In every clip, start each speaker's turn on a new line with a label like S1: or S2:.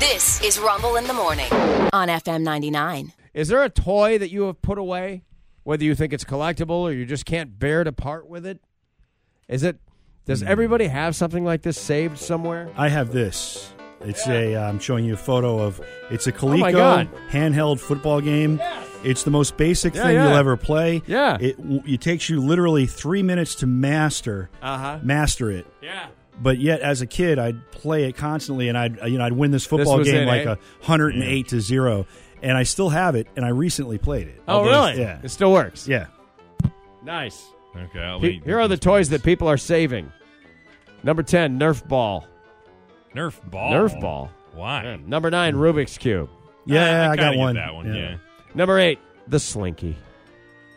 S1: This is Rumble in the Morning on FM 99.
S2: Is there a toy that you have put away, whether you think it's collectible or you just can't bear to part with it? Is it?
S3: Hmm.
S2: Does everybody have something like this saved somewhere?
S3: I have this. It's a. I'm showing you a photo of. It's a
S2: Oh my
S3: Coleco
S2: God.
S3: handheld football game. It's the most basic
S2: Yeah,
S3: thing
S2: yeah.
S3: you'll ever play.
S2: Yeah.
S3: It, w- it takes you literally three minutes to master
S2: Uh-huh.
S3: master it.
S2: Yeah.
S3: But yet, as a kid, I'd play it constantly, and I'd you know I'd win this football
S2: was
S3: game
S2: it,
S3: like
S2: eh?
S3: a hundred and eight to zero, and I still have it, and I recently played it.
S2: Oh, really?
S3: Yeah.
S2: It still works.
S3: Yeah.
S2: Nice.
S4: Okay, I'll
S2: He-
S4: eat
S2: here are the
S4: these
S2: toys
S4: things.
S2: that people are saving. Number ten, Nerf ball.
S4: Nerf ball.
S2: Nerf ball.
S4: Why?
S2: Number nine, Rubik's cube.
S3: Yeah,
S2: Ah,
S4: I,
S3: I,
S4: kinda
S3: got
S4: get
S3: one.
S4: That one. Yeah.
S2: Number eight, the slinky.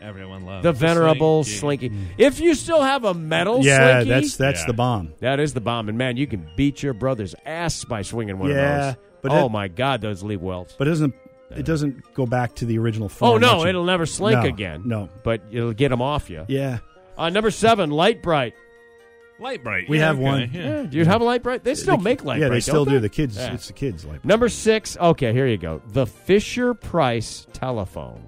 S4: Everyone loves
S2: Uh, The venerable
S4: slinky.
S2: slinky. If you still have a metal
S3: Yeah,
S2: Oh, slinky,
S3: that's that's
S4: Yeah.
S3: the bomb.
S2: that is the bomb. And man, you can beat your brother's ass by swinging one
S3: Yeah,
S2: of those.
S3: but
S2: oh
S3: it-
S2: my God, those leave welts.
S3: But it doesn't it doesn't go back to the original form?
S2: Oh no,
S3: that you-
S2: it'll never slink
S3: No,
S2: again.
S3: No.
S2: but it'll get them off you.
S3: Yeah.
S2: Uh, number seven, light bright.
S4: Light bright.
S3: We
S4: yeah,
S3: have
S4: okay,
S3: one.
S2: Yeah,
S4: Yeah.
S2: do you have a light bright? They still make light
S3: yeah,
S2: bright.
S3: they still
S2: don't
S3: do. The kids,
S2: Yeah.
S3: it's the kids like.
S2: Number six. Okay, here you go. The Fisher Price telephone.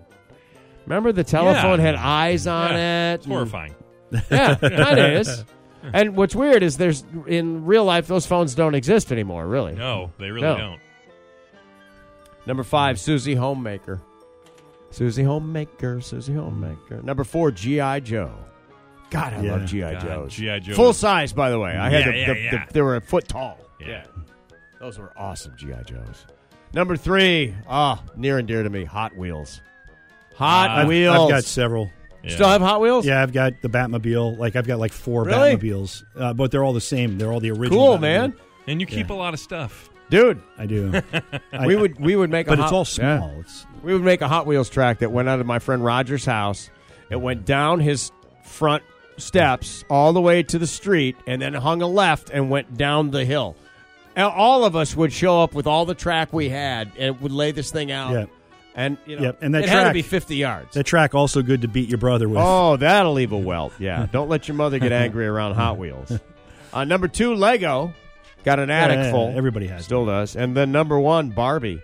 S2: Remember the telephone
S4: Yeah.
S2: had eyes on
S4: Yeah,
S2: it.
S4: It's horrifying.
S2: Yeah, that is. And what's weird is there's in real life those phones don't exist anymore. Really.
S4: No, they really
S2: No.
S4: don't.
S2: Number five, Susie Homemaker. Susie Homemaker. Susie Homemaker. Number four, GI Joe. God, I
S3: Yeah.
S2: love GI
S4: God,
S2: Joes.
S4: G.I. Joe.
S2: Full size, by the way. I had
S4: Yeah,
S2: the,
S4: yeah,
S2: the-
S4: yeah.
S2: the- they were a foot tall.
S4: Yeah.
S2: Those were awesome GI Joes. Number three, ah, near and dear to me, Hot Wheels. Hot
S4: I've- I've
S2: Wheels.
S3: I've got several.
S4: Yeah.
S2: Still have Hot Wheels?
S3: Yeah, I've got the Batmobile. Like I've got like four
S2: Really?
S3: Batmobiles, uh, but they're all the same. They're all the original.
S2: Cool,
S3: Batmobile.
S2: man.
S4: And you keep a lot of stuff.
S2: Dude,
S3: I do. I-
S2: we would we would make a
S3: but
S2: Hot-
S3: it's all
S2: Uh-huh. Yeah.
S3: small. It's
S2: We would make a Hot Wheels track that went out of my friend Roger's house. It went down his front steps all the way to the street and then hung a left and went down the hill. And all of us would show up with all the track we had and would lay this thing out.
S3: Yeah.
S2: And you know,
S3: Yep, and that
S2: it had to
S3: track-
S2: be 50 yards.
S3: that track also good to beat your brother with.
S2: oh, that'll leave a welt. Yeah. Don't let your mother get angry around Hot Wheels. Uh, number 2 Lego got an attic
S3: yeah,
S2: full.
S3: everybody has
S2: Still does. And then number one, Barbie.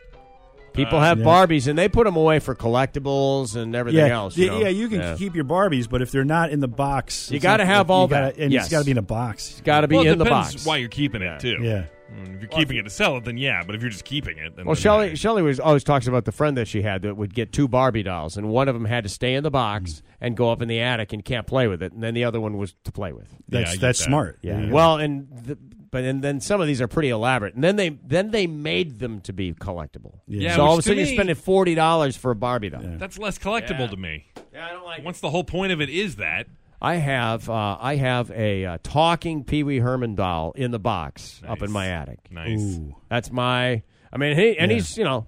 S2: People have
S3: yeah.
S2: Barbies, and they put them away for collectibles and everything
S3: yeah,
S2: else.
S3: yeah,
S2: You know?
S3: yeah, you can keep your Barbies, but if they're not in the box,
S2: You
S3: it's
S2: gotta
S3: not-
S2: have all
S3: you gotta-
S2: that.
S3: and
S2: Yes.
S3: it's got to be in a box.
S2: got to be
S4: well, it
S2: in the
S4: depends
S2: box.
S4: Why you're keeping it too?
S3: Yeah.
S4: Mm, If you're keeping it to sell it, then yeah. But if you're just keeping it, then
S2: well,
S4: then
S2: Shelly,
S4: yeah.
S2: Shelly was always talks about the friend that she had that would get two Barbie dolls, and one of them had to stay in the box and go up in the attic and can't play with it, and then the other one was to play with.
S3: That's
S4: I get
S3: that's
S4: that.
S3: smart.
S2: Yeah.
S3: You-
S2: Well, and the, but and then some of these are pretty elaborate, and then they then they made them to be collectible.
S4: Yeah,
S2: so all of a
S4: which to
S2: sudden you're
S4: me-
S2: spending forty dollars for a Barbie doll. Yeah,
S4: that's less collectible to me.
S2: I don't like.
S4: Once the whole point of it is that
S2: I have uh, I have a uh, talking Pee Wee Herman doll in the box up in my attic.
S4: nice.
S3: Ooh.
S2: That's my. I mean, he, and he's you know,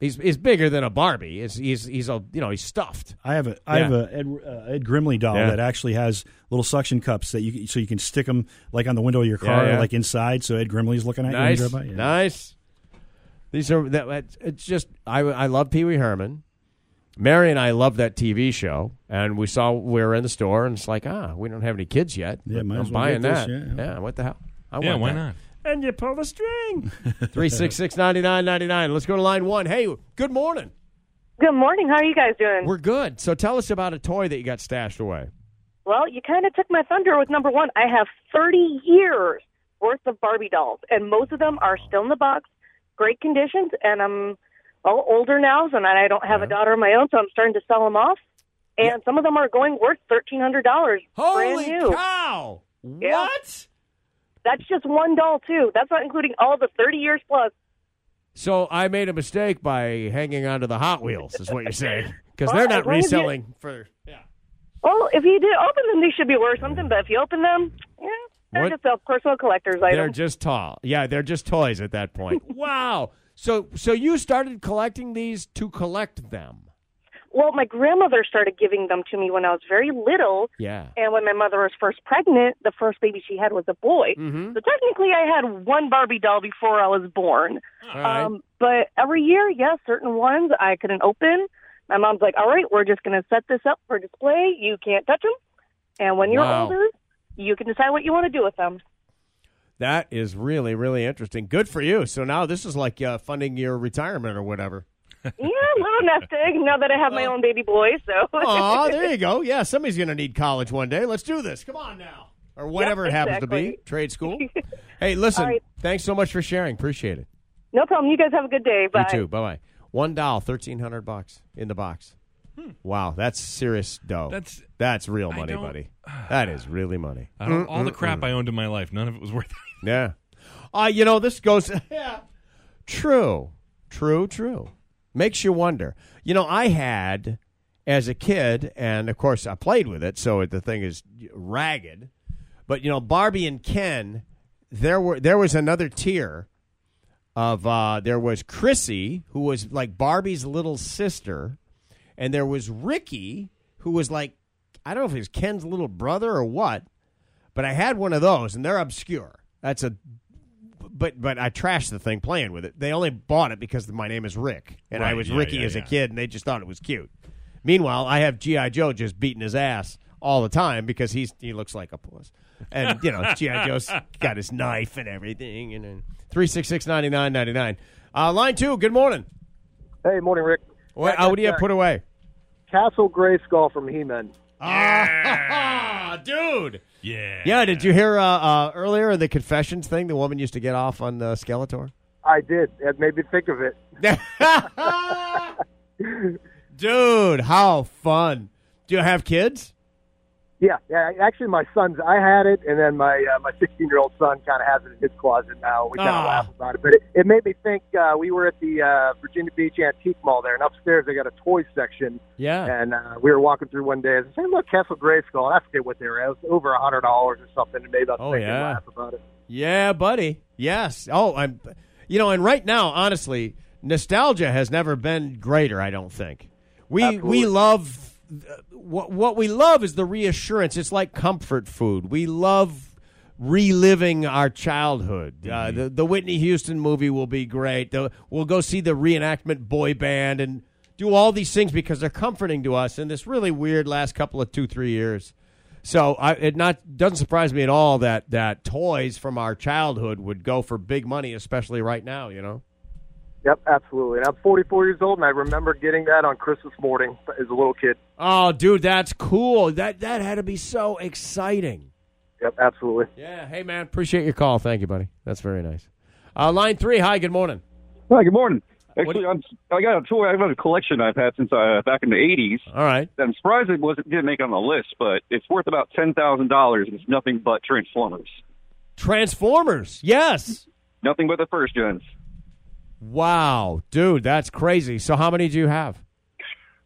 S2: he's he's bigger than a Barbie. He's he's he's a you know he's stuffed.
S3: I have a I
S2: Yeah.
S3: have a Ed, uh, Ed Grimley doll
S2: Yeah.
S3: that actually has little suction cups that you so you can stick them like on the window of your car,
S2: Yeah, yeah.
S3: or like inside, so Ed Grimley's looking at
S2: Nice,
S3: you. When you drive by. Yeah.
S2: nice. These are that. that's- It's just I I love Pee Wee Herman. Mary and I love that TV show, and we saw we were in the store, and it's like ah, we don't have any kids yet.
S3: Yeah,
S2: but
S3: might
S2: I'm
S3: as well
S2: buying
S3: get
S2: that.
S3: this, yeah, yeah.
S2: what the hell? I
S4: Yeah,
S2: want
S4: why
S2: that.
S4: not?
S2: and you pull the string. Three six six ninety nine ninety nine. Let's go to line one. Hey, good morning.
S5: Good morning. How are you guys doing?
S2: We're good. So tell us about a toy that you got stashed away.
S5: well, you kind of took my thunder with number one. I have 30 years worth of Barbie dolls, and most of them are still in the box, great conditions, and I'm all older now, so and I don't have a daughter of my own, so I'm starting to sell them off. And some of them are going worth $1,300, brand new.
S2: cow!
S5: Yeah.
S2: What?
S5: That's just one doll, too. That's not including all the 30 years plus.
S2: So I made a mistake by hanging on to the Hot Wheels, is what you're saying, because they're
S5: Well,
S2: not
S5: as long as you-
S2: reselling for. Yeah.
S5: Well, if you did open them, they should be worth something, but if you open them, yeah, they're
S2: What?
S5: just a personal collector's
S2: They're
S5: item.
S2: just tall. Yeah, they're just toys at that point. wow. So so you started collecting these to collect them.
S5: Well, my grandmother started giving them to me when I was very little.
S2: Yeah.
S5: And when my mother was first pregnant, the first baby she had was a boy.
S2: Mm-hmm.
S5: So technically, I had one Barbie doll before I was born.
S2: All right.
S5: Um, but every year, yes, certain ones I couldn't open. My mom's like, all right, we're just going to set this up for display. You can't touch them. And when you're
S2: Wow.
S5: older, you can decide what you want to do with them.
S2: That is really, really interesting. Good for you. So now this is like uh, funding your retirement or whatever.
S5: Yeah, a little nest egg now that I have my own baby boy. So
S2: Oh, there you go. Yeah, somebody's going to need college one day. Let's do this. Come on now. Or whatever it happens to be.
S5: exactly.
S2: Trade school. hey, listen,
S5: All right.
S2: thanks so much for sharing. Appreciate it.
S5: no problem. You guys have a good day. Bye.
S2: You too. Bye bye. One doll, thirteen hundred bucks in the box. Wow, that's serious dough.
S4: Hmm. That's-
S2: that's real
S4: I
S2: money,
S4: don't-
S2: buddy. That is really money.
S4: I don't, all the crap I owned in my life, none of it was worth it.
S2: Yeah. Uh, you know, this goes. Yeah. True. True, true. Makes you wonder. You know, I had as a kid, and of course I played with it, so the thing is ragged. But you know, Barbie and Ken, there were there was another tier of uh there was Chrissy, who was like Barbie's little sister, and there was Ricky, who was like I don't know if he was Ken's little brother or what, but I had one of those, and they're obscure. That's a but but I trashed the thing playing with it. They only bought it because my name is Rick, and I
S4: Right,
S2: was
S4: yeah,
S2: Ricky
S4: yeah,
S2: as a
S4: yeah.
S2: kid, and they just thought it was cute. Meanwhile, I have GI Joe just beating his ass all the time because he's he looks like a puss, and you know GI Joe's got his knife and everything, and three six six ninety nine ninety nine. Uh, line two. Good morning.
S6: Hey, morning, Rick.
S2: What,
S6: Back
S2: uh, what do you
S6: outside.
S2: put away?
S6: Castle Gray Skull from He-Man.
S2: Ah, dude.
S4: Yeah.
S2: Yeah, did you hear uh, uh, earlier in the confessions thing? The woman used to get off on uh, Skeletor.
S6: I did. It made me think of it.
S2: Dude, how fun! Do you have kids?
S6: Yeah, yeah. Actually, my son's. I had it, and then my uh, my 16 year old son kind of has it in his closet now. We kind of
S2: Ah.
S6: laugh about it, but it, it made me think. Uh, we were at the uh, Virginia Beach Antique Mall there, and upstairs they got a toy section.
S2: Yeah.
S6: And uh, we were walking through one day, and I said, "Look, Castle Gray Skull." And I forget what they were. It was over a hundred dollars or something, and made us
S2: Oh,
S6: think and
S2: yeah.
S6: laugh about it.
S2: Yeah, buddy. Yes. Oh, I'm. You know, and right now, honestly, nostalgia has never been greater. I don't think we we
S6: Absolutely.
S2: love uh, what what we love is the reassurance. It's like comfort food. We love reliving our childhood. Uh, the the Whitney Houston movie will be great. The, we'll go see the reenactment boy band and do all these things because they're comforting to us in this really weird last couple of two three years. So I, it not doesn't surprise me at all that that toys from our childhood would go for big money, especially right now. You know.
S6: Yep, absolutely. And I'm 44 years old, and I remember getting that on Christmas morning as a little kid.
S2: Oh, dude, that's cool. That that had to be so exciting.
S6: Yep, absolutely.
S2: Yeah. Hey, man, appreciate your call. Thank you, buddy. That's very nice. Uh, line three. Hi. Good morning.
S7: Hi, good morning.
S2: do
S7: Actually,
S2: you-
S7: I'm, I got a toy. I've got a collection I've had since uh, back in the '80s.
S2: All right.
S7: I'm surprised it wasn't didn't make it on the list, but it's worth about ten thousand dollars. It's nothing but Transformers,
S2: Transformers. Yes.
S7: nothing but the first gens.
S2: Wow, dude, that's crazy. So, how many do you have?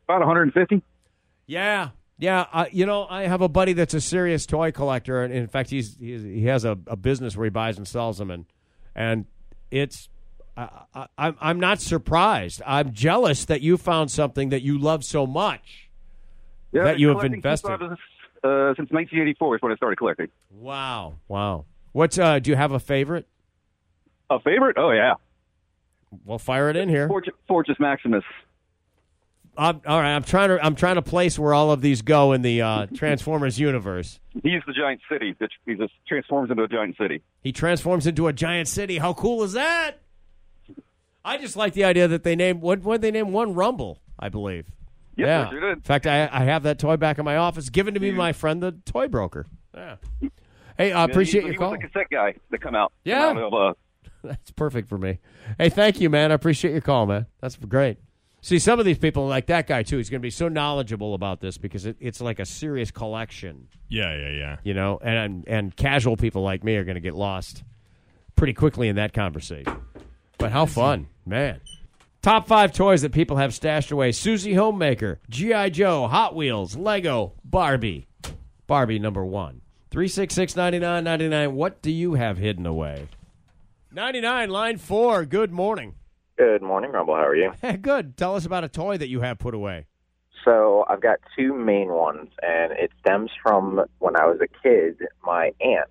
S7: About 150.
S2: Yeah, yeah. Uh, you know, I have a buddy that's a serious toy collector, and in fact, he's, he's he has a, a business where he buys and sells them, and and it's I, I, I'm I'm not surprised. I'm jealous that you found something that you love so much.
S7: Yeah,
S2: That
S7: I've been
S2: you have
S7: collecting
S2: invested.
S7: Since, I was, uh, since 1984 is when I started collecting.
S2: Wow, wow. What's uh? Do you have a favorite?
S7: A favorite? Oh yeah,
S2: Well, fire it in here.
S7: Fortress, Fortress Maximus.
S2: I'm, all right, I'm trying to I'm trying to place where all of these go in the uh, Transformers universe.
S7: He's the giant city. that- He just transforms into a giant city.
S2: He transforms into a giant city. How cool is that? I just like the idea that they named what what they named one Rumble, I believe.
S7: Yep,
S2: yeah.
S7: they sure did.
S2: In fact, I, I have that toy back in my office, given to me by my friend, the toy broker. Yeah. Hey, I
S7: Yeah,
S2: appreciate
S7: he,
S2: your
S7: he
S2: call.
S7: Was the cassette guy that come out.
S2: Yeah.
S7: Out of, uh,
S2: That's perfect for me. Hey, thank you, man. I appreciate your call, man. That's great. See, some of these people like that guy too. He's going to be so knowledgeable about this because it, it's like a serious collection.
S4: Yeah, yeah, yeah.
S2: you know, and and casual people like me are going to get lost pretty quickly in that conversation. But how fun, man! Top five toys that people have stashed away: Susie Homemaker, GI Joe, Hot Wheels, Lego, Barbie. Barbie number one. Three six six ninety nine ninety nine. What do you have hidden away? Ninety nine line four. Good morning.
S8: Good morning, Rumble. How are you?
S2: Good. Tell us about a toy that you have put away.
S8: So, I've got two main ones, and it stems from when I was a kid. My aunt,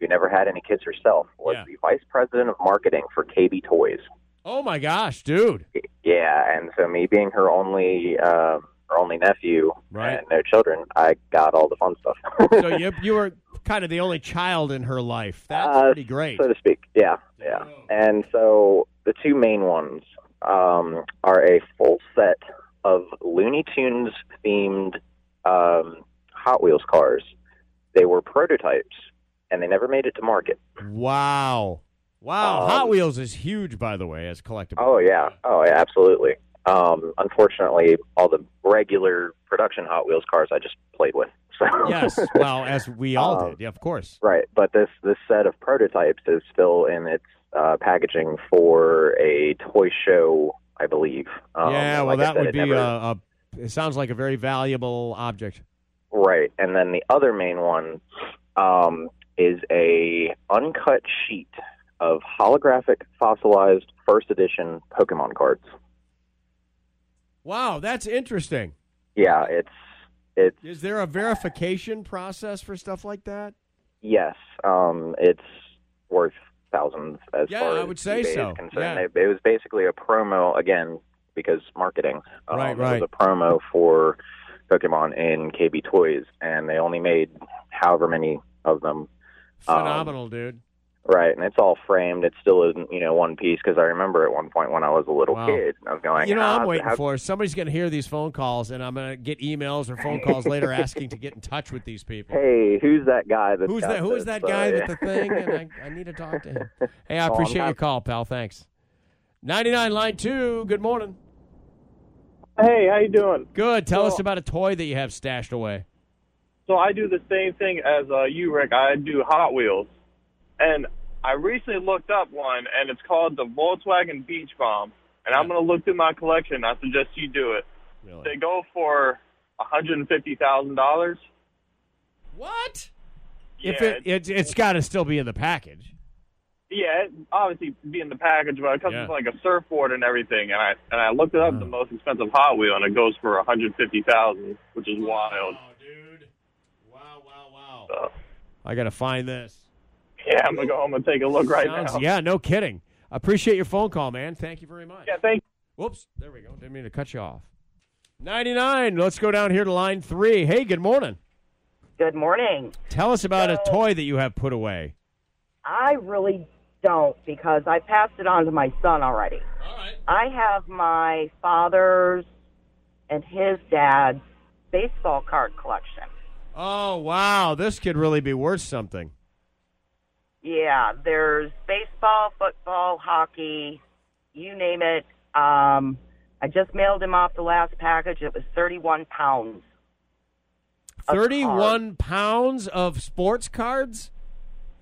S8: who never had any kids herself, was
S2: Yeah.
S8: the vice president of marketing for KB Toys.
S2: Oh my gosh, dude!
S8: Yeah, and so me being her only um, her only nephew
S2: Right.
S8: and no children, I got all the fun stuff.
S2: So you you were kind of the only child in her life. That's
S8: Uh,
S2: pretty great.
S8: so to speak. Yeah, yeah. And so the two main ones um, are a full set of Looney Tunes themed um, Hot Wheels cars. They were prototypes, and they never made it to market.
S2: Wow. Wow.
S8: Um,
S2: Hot Wheels is huge, by the way, as a collectible.
S8: Oh yeah, oh yeah, absolutely. Um, unfortunately, all the regular production Hot Wheels cars I just played with. So
S2: Yes. Well, as we all
S8: Oh. Um,
S2: did. Yeah, of course.
S8: Right, but this this set of prototypes is still in its uh, packaging for a toy show, I believe. Um,
S2: yeah, well,
S8: like I
S2: that
S8: said,
S2: would
S8: it
S2: be uh,
S8: never-
S2: a, a. It sounds like a very valuable object.
S8: right, and then the other main one um, is a uncut sheet of holographic fossilized first edition Pokemon cards.
S2: Wow, that's interesting.
S8: Yeah, it's it's
S2: Is there a verification process for stuff like that?
S8: yes, um, it's worth thousands as
S2: Yeah,
S8: far
S2: I
S8: as
S2: would say
S8: eBay is
S2: so.
S8: concerned.
S2: Yeah.
S8: It, it was basically a promo again because marketing. Um,
S2: Right,
S8: It
S2: right.
S8: was a promo for Pokemon in KB Toys, and they only made however many of them. Um,
S2: Phenomenal, dude.
S8: Right, and it's all framed. It still isn't, you know, one piece because I remember at one point when I was a little
S2: Wow.
S8: kid, I was going,
S2: you know,
S8: ah,
S2: I'm waiting
S8: how-
S2: for is somebody's going to hear these phone calls, and I'm going to get emails or phone calls later asking to get in touch with these people.
S8: Hey, who's that guy? That's
S2: Who's
S8: got
S2: that? Who is
S8: this?"
S2: that
S8: So,
S2: guy
S8: yeah.
S2: with the thing? And I, I need to talk to him. Hey, I
S8: Oh, I'm
S2: appreciate your
S8: not-
S2: call, pal. Thanks. 99 line two. Good morning.
S9: Hey, how you doing?
S2: Good. Tell us about a toy that you have stashed away.
S9: So I do the same thing as uh, you, Rick. I do Hot Wheels, and I recently looked up one, and it's called the Volkswagen Beach Bomb. And I'm gonna look through my collection. I suggest you do it.
S2: Really?
S9: They go for one hundred and fifty thousand dollars.
S2: What? If
S9: Yeah,
S2: it, it it's got to still be in the package.
S9: Yeah, it obviously be in the package, but it comes
S2: Yeah.
S9: with like a surfboard and everything. And I and I looked it up, the most expensive Hot Wheel, and it goes for one hundred fifty thousand, which is wild.
S2: Oh, dude. Wow, wow,
S9: So,
S2: I got to find this.
S9: yeah, I'm gonna go home and take a look right
S2: Sounds-
S9: now.
S2: Yeah, no kidding. Appreciate your phone call, man. Thank you very much.
S9: yeah, thank
S2: Whoops. There we go. Didn't mean to cut you off. 99. Let's go down here to line three. Hey, good morning.
S10: Good morning.
S2: Tell us about a toy that you have put away.
S10: I really don't because I passed it on to my son already.
S2: All right.
S10: I have my father's and his dad's baseball card collection.
S2: Oh, wow. This could really be worth something.
S10: Yeah, there's baseball, football, hockey, you name it. Um, I just mailed him off the last package. It was 31 pounds. A
S2: 31 pounds of sports cards?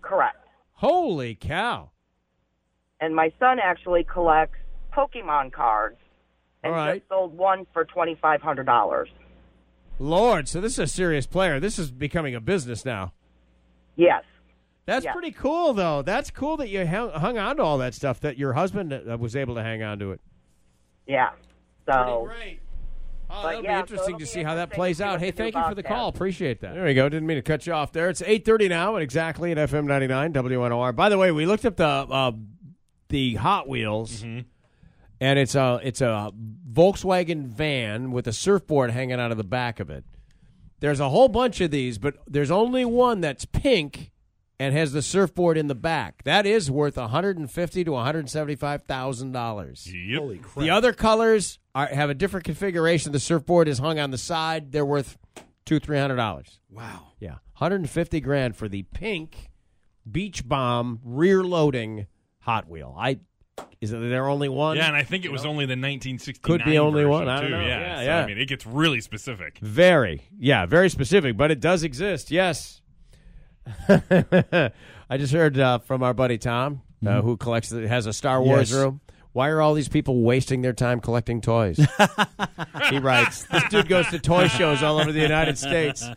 S10: Correct.
S2: Holy cow.
S10: And my son actually collects Pokemon cards and
S2: All right.
S10: just sold one for $2,500.
S2: Lord. So this is a serious player. This is becoming a business now.
S10: Yes.
S2: That's
S10: Yeah.
S2: pretty cool, though. That's cool that you hung, hung on to all that stuff, that your husband uh, was able to hang on to it.
S10: Yeah. So
S2: Great. Oh,
S10: But
S2: that'll
S10: yeah,
S2: be
S10: so
S2: interesting
S10: it'll
S2: to
S10: be
S2: see how that
S10: interesting
S2: plays
S10: to see
S2: out.
S10: what
S2: Hey,
S10: they do
S2: thank you for
S10: about
S2: the
S10: that.
S2: call. Appreciate that. There we go. Didn't mean to cut you off there. It's 8.30 now and exactly at FM 99 WNOR. By the way, we looked up the uh, the Hot Wheels, and it's a, it's a Volkswagen van with a surfboard hanging out of the back of it. There's a whole bunch of these, but there's only one that's pink and has the surfboard in the back. That is worth 150 to 175,000 dollars.
S4: Yep.
S3: Holy crap!
S2: The other colors are, have a different configuration. The surfboard is hung on the side. They're worth two, three hundred dollars.
S3: wow.
S2: Yeah, hundred and fifty grand for the pink beach bomb rear loading Hot Wheel. I is there only one?
S4: Yeah, and I think it was only the 1969
S2: Could be only
S4: version,
S2: one, I don't
S4: too.
S2: know.
S4: Yeah,
S2: Yeah,
S4: so,
S2: yeah.
S4: I mean, it gets really specific.
S2: Very, yeah, very specific, but it does exist. Yes. I just heard uh, from our buddy Tom, uh, who collects the, has a Star Wars
S3: Yes.
S2: room. Why are all these people wasting their time collecting toys? he writes. This dude goes to toy shows all over the United States.